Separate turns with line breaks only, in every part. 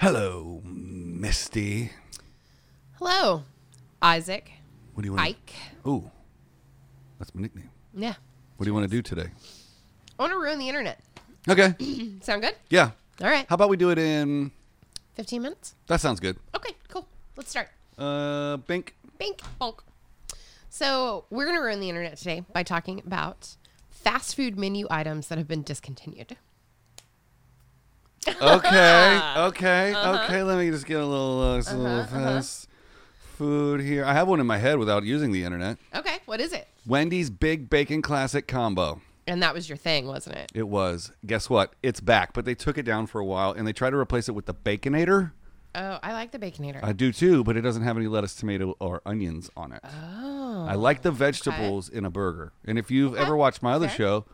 Hello, Misty.
Hello, Isaac.
What do you want?
Ike.
Ooh, that's my nickname.
Yeah.
What do you want to do today?
I want to ruin the internet.
Okay.
Sound good?
Yeah.
All right.
How about we do it in?
15 minutes?
That sounds good.
Okay, cool. Let's start.
Uh, Bink.
Bink, bonk. So, we're going to ruin the internet today by talking about fast food menu items that have been discontinued.
Okay. okay. Okay. Let me just get a little, uh, just a little fast food here. I have one in my head without using the internet.
Okay, what is it?
Wendy's Big Bacon Classic Combo.
And that was your thing, wasn't it?
It was. Guess what? It's back, but they took it down for a while and they tried to replace it with the Baconator.
Oh, I like the Baconator.
I do too, but it doesn't have any lettuce, tomato, or onions on it.
oh.
I like the vegetables in a burger. And if you've ever watched my other
Fair.
show,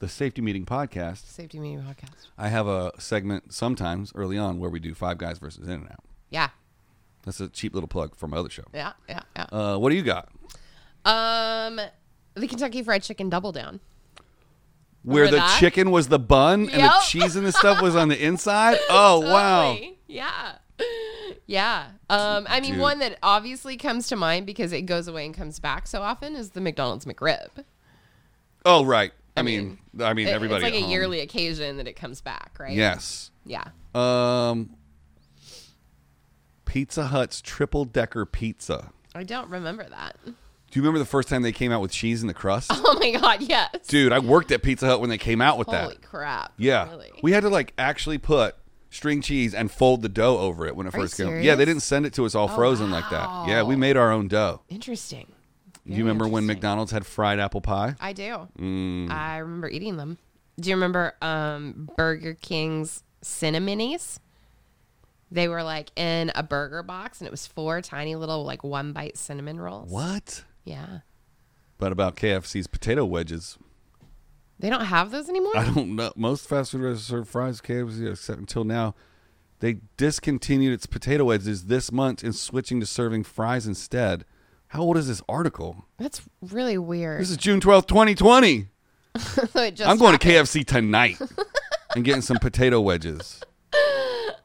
the Safety Meeting Podcast,
Safety menu podcast.
I have a segment sometimes early on where we do Five Guys versus In and Out.
Yeah.
That's a cheap little plug for my other show.
Yeah, yeah, yeah.
Uh, what do you got?
um, the Kentucky Fried Chicken Double Down.
Where the
that?
chicken was the bun and the
Yep.
cheese and the stuff was on the inside? Oh, wow.
Totally. Yeah. Yeah. Um, I mean,
Dude.
one that obviously comes to mind because it goes away and comes back so often is the McDonald's McRib.
Oh, right. I, mean, I mean,
It-
everybody.
it's
at
like a
home.
yearly occasion that it comes back, right?
Yes.
Yeah.
Um, Pizza Hut's triple decker pizza.
I don't remember that.
Do you remember the first time they came out with cheese in the crust?
Oh my God. Yes.
Dude, I worked at Pizza Hut when they came out with
Holy
that.
crap.
Yeah.
Really?
We had to like actually put string cheese and fold the dough over it when it
you
first came. Yeah,
serious? Oh,
they didn't send it to us all frozen like that. Yeah, we
wow.
made our own dough.
Interesting.
Do
Very
you remember when
interesting.
McDonald's had fried apple pie?
I do.
Mm.
I remember eating them. Do you remember um, Burger King's cinnamonies? They were like in a burger box, and it was four tiny little like one bite cinnamon rolls.
What?
Yeah,
But about KFC's potato wedges.
they don't have those anymore.
I don't know. Most fast food restaurants serve fries, KFC, except until now. They discontinued its potato wedges this month and switching to serving fries instead. How old is this article?
That's really weird.
This is June 12th, 2020.
So it just
I'm going to KFC tonight and getting some potato wedges.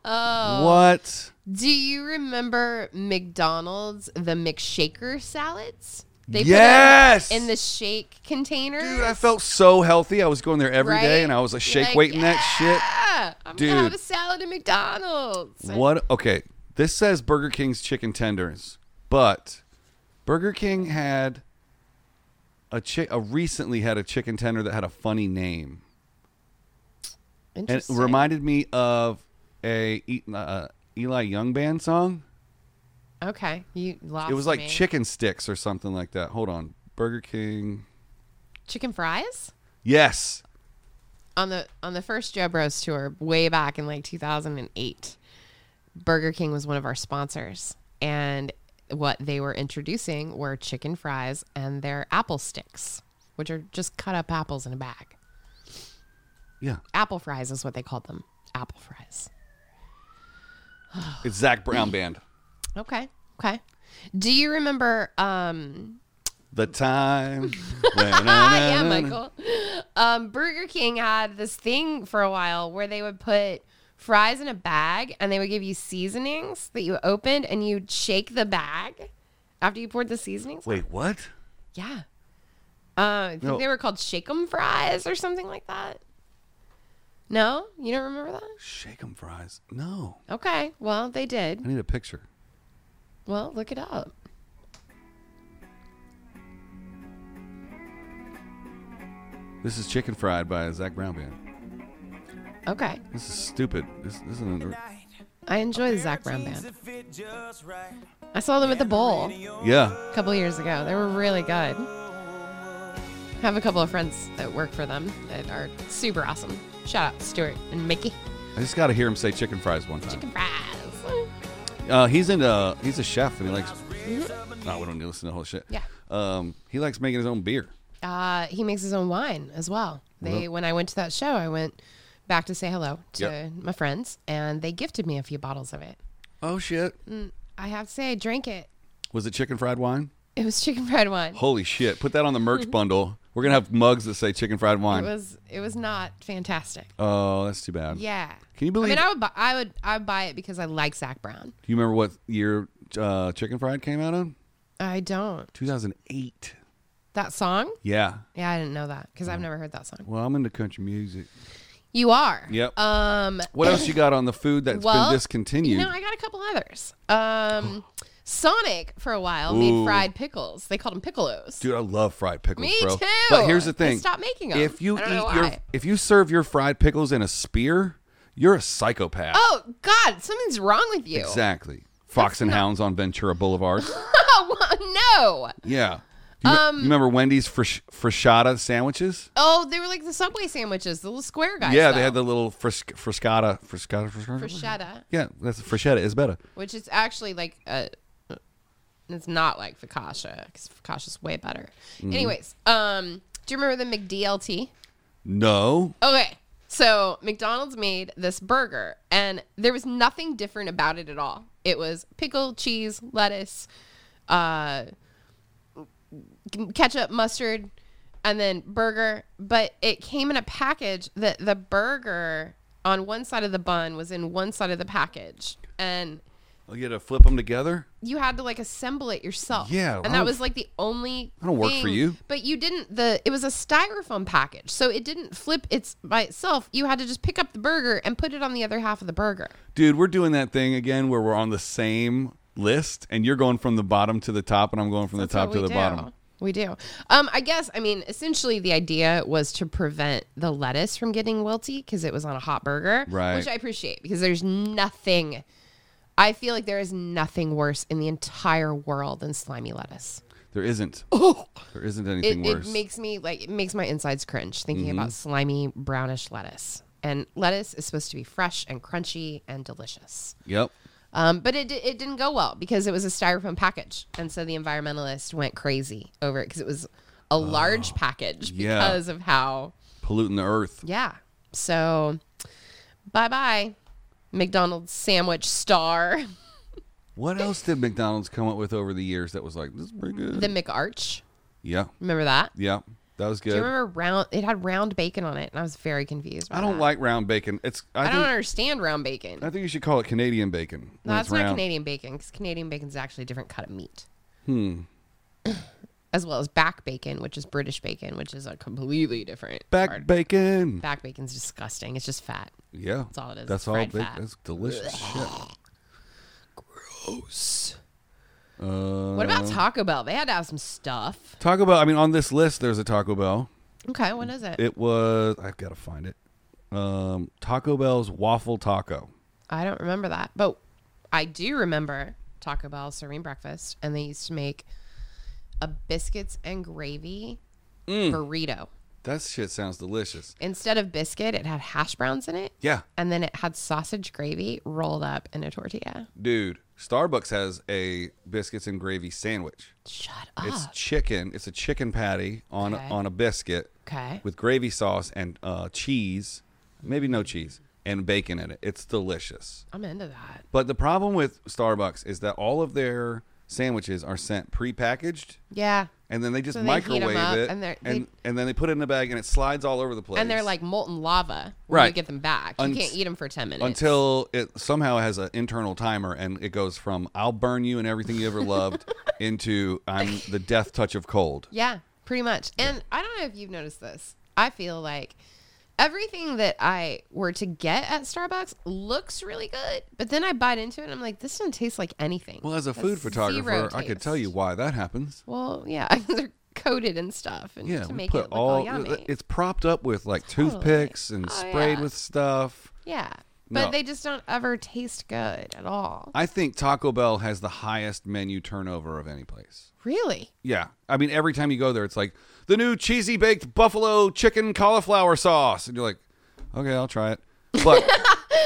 Oh. What?
Do you remember McDonald's the McShaker salads? They
Yes!
put them in the shake container.
Dude, I felt so healthy. I was going there every day, and I was like, shake
Like,
weight and that
Yeah, I'm
Dude.
gonna have a salad at McDonald's.
shit. What? Okay. This says Burger King's chicken tenders, but Burger King had a chi- a recently had a chicken tender that had a funny name. And it
Interesting.
reminded me of a E- uh, Eli Young band song.
Okay, you lost.
It was like
me.
chicken sticks or something like that. Hold on. Burger King.
chicken fries
Yes.
on the on the first Joe Bros tour way back in like 2008. Burger King was one of our sponsors, and what they were introducing were chicken fries and their apple sticks, which are just cut up apples in a bag.
Yeah.
Apple fries is what they called them. Apple fries.
It's Zach Brown band.
Okay. Okay. Do you remember um
The time.
yeah, Michael. Um, Burger King had this thing for a while where they would put fries in a bag and they would give you seasonings that you opened and you'd shake the bag after you poured the seasonings.
Wait, what?
Yeah. Uh, I think
No.
they were called Shake 'em fries or something like that. No, you don't remember that?
Shake 'em fries. No.
Okay, well they did.
I need a picture.
Well, look it up.
This is Chicken Fried by Zach Brown band.
Okay,
This is stupid. This, this isn't. A,
I enjoy the Zach Brown band. I saw them at the Bowl.
yeah.
couple years ago. They were really good. I have a couple of friends that work for them that are super awesome. Shout out Stuart and Mickey.
I just got to hear him say chicken fries one time.
Chicken fries.
Uh, he's into. He's a chef and he likes.
Mm-hmm.
No, we don't need to listen to the whole shit.
Yeah.
Um, he likes making his own beer.
Uh, he makes his own wine as well. They when I went to that show, I went back to say hello to
Yep.
my friends, and they gifted me a few bottles of it.
Oh shit!
I have to say, I drank it.
Was it chicken fried wine?
It was chicken fried wine.
Holy shit! Put that on the merch bundle. We're gonna have mugs that say chicken fried
Mm-hmm.
wine.
It was it was not fantastic.
oh, that's too bad.
Yeah.
Can you believe-
I mean, I would buy, I would I would buy it because I like Zach Brown.
Do you remember what year uh, chicken fried came out on?
I don't.
2008.
That song?
Yeah.
Yeah, I didn't know that because
Mm.
I've never heard that song.
Well, I'm into country music.
You are.
Yep.
Um.
What else you got on the food that's
well,
been discontinued?
No, I got a couple others. Um, Sonic for a while made
Ooh.
fried pickles. They called them piccolos.
Dude, I love fried pickles,
Me
bro.
too.
But here's the
They
thing:
stopped making 'em.
If you
I
eat
don't know
your,
why.
if you serve your fried pickles in a spear, you're a psychopath.
oh God, something's wrong with you.
Exactly. Fox and Hounds on Ventura Boulevard.
Oh no.
yeah. Do You, um, you remember Wendy's frish, frischetta sandwiches?
Oh, they were like the Subway sandwiches, the little square guys.
yeah,
though.
they had the little fris, friscata, friscata, friscata.
bruschetta,
yeah, that's frischetta is better.
which is actually like a. It's not like focaccia because focaccia's way better.
Mm-hmm.
Anyways, um, do you remember the McDLT?
No.
Okay. So McDonald's made this burger and there was nothing different about it at all. It was pickle, cheese, lettuce, uh ketchup, mustard, and then burger, but it came in a package that the burger on one side of the bun was in one side of the package and
Oh, you had to flip them together?
you had to like assemble it yourself.
Yeah,
and
I
that
don't-
was like the only.
I don't work for
thing-
you.
But you didn't. The it was a styrofoam package, so it didn't flip its by itself. You had to just pick up the burger and put it on the other half of the burger.
Dude, we're doing that thing again where we're on the same list and you're going from the bottom to the top and I'm going from the
That's
top
what
to
we
the
do.
bottom.
We do. Um, I guess. I mean, essentially, the idea was to prevent the lettuce from getting wilty because it was on a hot burger,
Right.
Which I appreciate because there's nothing. I feel like there is nothing worse in the entire world than slimy lettuce.
There isn't. There isn't
Oh. it,
anything
it
worse. Mm-hmm.
makes me like it makes my insides cringe thinking about slimy brownish lettuce and lettuce is supposed to be fresh and crunchy and delicious
yep.
um, but it, di- it didn't go well because it was a styrofoam package and so the environmentalist went crazy over it because it was a large package
Oh, yeah.
because of how
Polluting the earth.
yeah so bye-bye mcdonald's sandwich star
What else did McDonald's come up with over the years that was like, this is pretty good?
the mcarch
yeah.
remember that
Yeah. That was
do
good.
you remember round it had round bacon on it and i was very confused by
I don't
that.
like round bacon. It's I,
i
think
don't understand round bacon
I think you should call it Canadian bacon. when
No,
it's
that's not
round.
Canadian bacon because Canadian bacon is actually a different cut of meat. Hmm. As well as back bacon, which is British bacon, which is a completely different part.
Back bacon.
Back bacon's disgusting. It's just fat.
Yeah. That's
all it is.
That's all
Fried
bacon.
fat.
That's delicious shit.
Gross.
Uh,
What about Taco Bell? They had to have some stuff.
Taco Bell? I mean, on this list, there's a Taco Bell.
Okay, what is it?
It was I've got to find it. Um, Taco Bell's waffle taco.
I don't remember that, but I do remember Taco Bell serving breakfast, and they used to make a biscuits and gravy
Mm.
burrito.
That shit sounds delicious.
Instead of biscuit, it had hash browns in it.
Yeah,
and then it had sausage gravy rolled up in a tortilla.
dude. Starbucks has a biscuits and gravy sandwich.
Shut up.
It's chicken. It's a chicken patty on
Ah. Okay.
on a biscuit
okay.
with gravy sauce and uh, cheese, maybe no cheese and bacon in it. It's delicious.
I'm into that.
But the problem with Starbucks is that all of their sandwiches are sent prepackaged.
Yeah.
And then they just
So they heat 'em
microwave
up
it,
and they're-
and,
they-
and then they put it in a bag, and it slides all over the place.
And they're like molten lava when you
Right.
get them back.
Unt-
you can't eat them for 10 minutes.
until it somehow has an internal timer and it goes from I'll burn you and everything you ever loved into I'm the death touch of cold.
Yeah, pretty much. And I don't know if you've noticed this. I feel like everything that I were to get at Starbucks looks really good, but then I bite into it and I'm like, this doesn't taste like anything.
Well, as a
That's
food
zero
photographer, I could tell
taste.
you why that happens.
Well, yeah, they're coated and stuff and
Yeah,
to
we
make
put
it look all,
all,
yummy.
it's propped up with like toothpicks and
Oh,
sprayed
yeah.
with stuff.
Yeah. But
No.
they just don't ever taste good at all.
I think Taco Bell has the highest menu turnover of any place.
Really?
Yeah. I mean, every time you go there, it's like the new cheesy baked buffalo chicken cauliflower sauce. And you're like, okay, I'll try it. But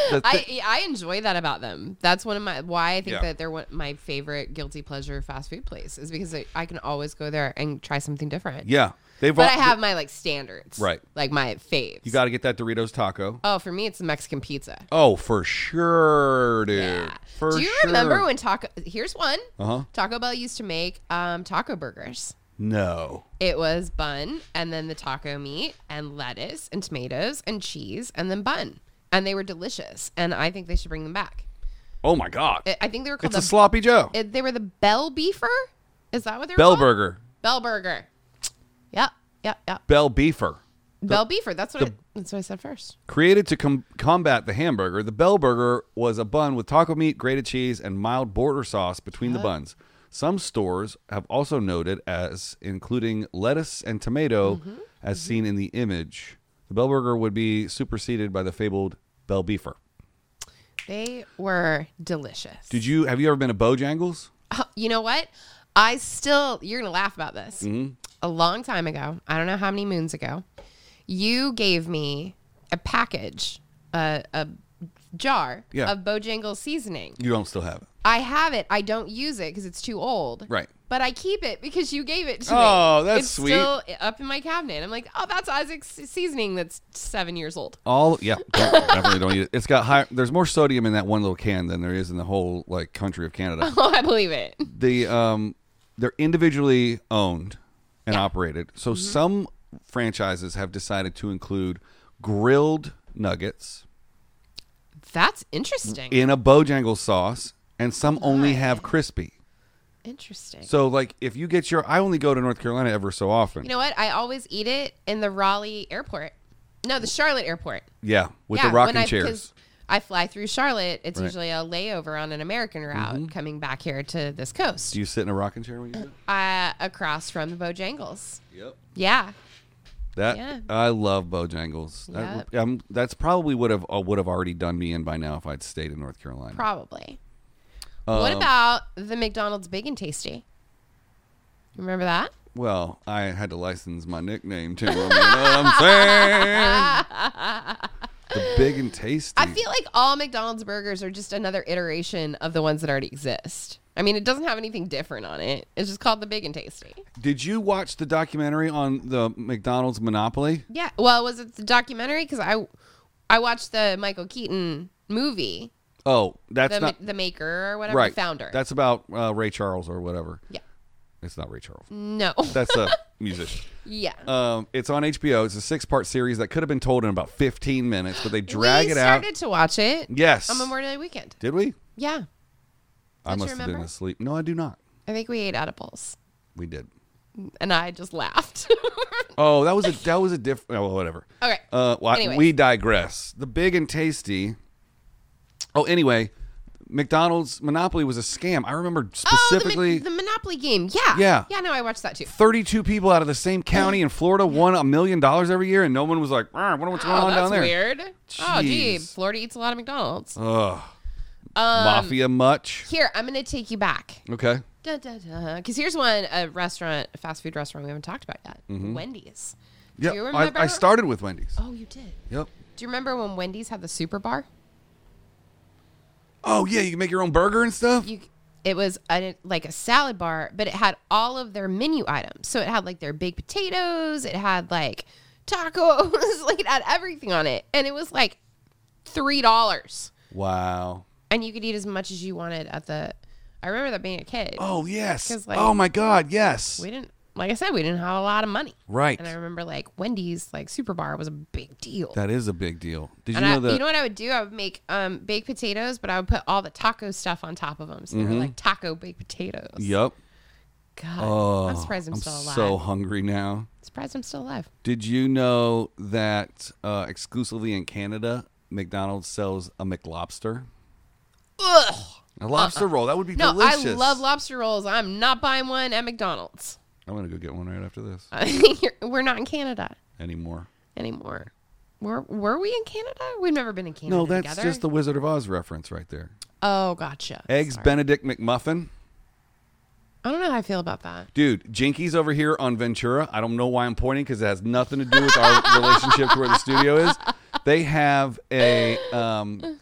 the thi-
I I enjoy that about them. That's one of my why I think
Yeah.
that they're one, my favorite guilty pleasure fast food place is because I, I can always go there and try something different.
Yeah. They've
But I
all-
have my like standards.
Right.
Like my faves.
You got to get that Doritos taco.
Oh, for me it's Mexican pizza.
Oh, for sure, dude.
Yeah.
For
Do you
sure.
remember when Taco Here's one.
Uh huh.
Taco Bell used to make um, taco burgers.
No.
It was bun and then the taco meat and lettuce and tomatoes and cheese and then bun. And they were delicious. And I think they should bring them back.
Oh my god.
I- I think they were called
it's a
the
sloppy Joe.
it- they were the Bell Beefer. Is that what they're
Bell
called?
burger.
Bell Burger. Yep, yep, yep.
Bell beefer.
Bell Beefer. That's what I, that's what I said first.
Created to com- combat the hamburger, the Bell Burger was a bun with taco meat, grated cheese, and mild border sauce between the
Uh-huh.
buns. Some stores have also noted as including lettuce and tomato,
Mm-hmm.
as seen in the image. The Bell Burger would be superseded by the fabled Bell Beefer.
They were delicious.
Did you have you ever been to Bojangles?
Uh, you know what? I still, you're going to laugh about this.
Mm-hmm.
A long time ago, I don't know how many moons ago, you gave me a package, a, a jar
Yeah.
of Bojangles seasoning.
You don't still have it,
I have it. I don't use it because it's too old.
right?
But I keep it because you gave it to me.
Oh, that's
it's
sweet.
still up in my cabinet. I'm like, oh, that's Isaac's seasoning that's seven years old.
All yeah, don't, definitely don't eat it. It's got high. There's more sodium in that one little can than there is in the whole like country of Canada.
Oh, I believe it.
the um they're individually owned and operated. So
Mm-hmm.
some franchises have decided to include grilled nuggets
That's interesting.
in a Bojangles sauce, and some only have crispy.
interesting.
So like if you get your, I only go to North Carolina ever so often.
you know what? I always eat it in the Raleigh airport. No, the Charlotte airport.
yeah, with
yeah,
the rocking
when I, 'cause
chairs.
I fly through Charlotte. It's
Right. Mm-hmm.
usually a layover on an American route coming back here to this coast,
Do you sit in a rocking chair when you do?
uh, across from the Bojangles.
it? Yep.
Yeah,
That
Yeah.
I love Bojangles. That, um, that's probably would have uh, would have already done me in by now if I'd stayed in North Carolina.
probably. what
Um,
about the McDonald's Big and Tasty? Remember that?
Well, I had to license my nickname too. You know what I'm saying? the big and tasty.
I feel like all McDonald's burgers are just another iteration of the ones that already exist. I mean, it doesn't have anything different on it. It's just called the Big and Tasty.
Did you watch the documentary on the McDonald's monopoly?
Yeah. Well, was it the documentary? Because I, I watched the Michael Keaton movie,
Oh, that's
the
not
the maker or whatever,
right.
the founder.
That's about uh, Ray Charles or whatever.
yeah.
It's not Ray Charles.
No.
That's a musician.
yeah.
Um, it's on HBO. It's a six-part series that could have been told in about 15 minutes, but they drag
we
it out.
started to watch it
Yes.
on Memorial Day weekend.
Did we?
Yeah.
I
Don't you
must have been
remember?
asleep. No, I do not.
I think we ate edibles,
We did.
and I just laughed.
Oh, that was a that was a different. Oh, whatever.
Okay.
Uh, well, I-
Anyways.
we digress. The big and tasty. Oh, anyway, McDonald's Monopoly was a scam. I remember
oh,
specifically
the, Mon- the Monopoly game. Yeah.
Yeah.
Yeah. No, I watched that too.
32 people out of the same county in Florida won a million dollars every year, and no one was like, "Ah, I wonder what's going
Oh,
on
that's
down there.
weird. Oh, gee,
Jeez. Uh.
Florida eats a lot of McDonald's.
Ugh.
Um,
Mafia much?
Here, I'm gonna take you back.
Okay.
Because here's one a restaurant, a fast food restaurant we haven't talked about yet. Wendy's.
Mm-hmm. Yeah,
Do you
I,
remember?
I started with Wendy's.
Oh, you did.
Yep.
Do you remember when Wendy's had the super bar?
Oh yeah, you can make your own burger and stuff.
You, it was a, like a salad bar, but it had all of their menu items. So it had like their baked potatoes. It had like tacos. like it had everything on it, and it was like three dollars,
Wow.
and you could eat as much as you wanted at the. I remember that being a kid.
Oh yes.
'Cause, like,
oh my God. Yes.
We didn't, like I said, we didn't have a lot of money.
Right.
And I remember like Wendy's like super bar was a big deal.
That is a big deal. Did
and
you
I,
know that?
you know what I would do? I would make um, baked potatoes, but I would put all the taco stuff on top of them. So
Mm-hmm.
they were like taco baked potatoes.
yep.
God, I'm surprised I'm, still alive.
Oh, so hungry now.
surprised I'm still alive.
Did you know that uh, exclusively in Canada, McDonald's sells a McLobster?
Ugh.
A lobster roll. That would be
Uh-uh. No,
delicious.
I love lobster rolls. I'm not buying one at McDonald's.
I'm going to go get one right after this.
Uh, You're- we're not in Canada
Anymore.
anymore. Were, were we in Canada? We've never been in Canada.
No, that's
together.
just the Wizard of Oz reference right there.
Oh, gotcha.
Eggs
Sorry.
Benedict McMuffin.
I don't know how I feel about that.
Dude, Jinkies over here on Ventura. I don't know why I'm pointing because it has nothing to do with our relationship to where the studio is. They have a um,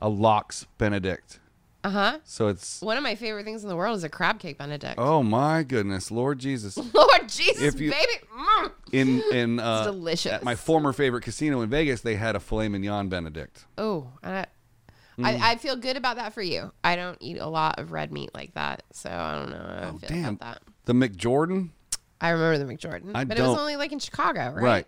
a lox Benedict.
Uh huh.
So it's
One of my favorite things in the world is a crab cake Benedict.
oh my goodness, Lord Jesus.
Lord Jesus,
If you-
baby. Mm.
In in uh,
delicious.
At my former favorite casino in Vegas, they had a filet mignon Benedict.
Oh, I,
Mm.
I, I feel good about that for you. I don't eat a lot of red meat like that, so I don't know. How I feel
Oh, Damn,
about that.
the McJordan,
I remember the McJordan,
I
but it was
don't-
only like in Chicago, right?
right?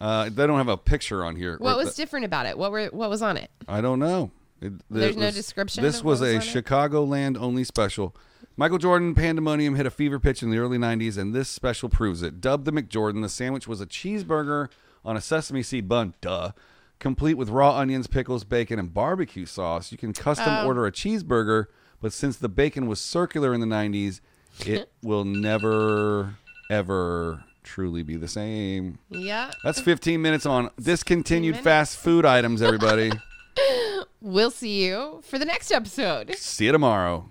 Uh, they don't have a picture on here.
What
Or
was
the-
different about it? What were what was on it?
I don't know. It,
There's
it
no description
This
of
was,
what was
a
on it?
Chicagoland only special. Michael Jordan Pandemonium hit a fever pitch in the early 90s, and this special proves it. Dubbed the McJordan, the sandwich was a cheeseburger on a sesame seed bun, duh, complete with raw onions, pickles, bacon, and barbecue sauce. You can custom
Oh.
order a cheeseburger, but since the bacon was circular in the 90s, it will never, ever truly be the same.
Yeah,
That's 15 minutes on discontinued
minutes.
fast food items, everybody.
we'll see you for the next episode.
See you tomorrow.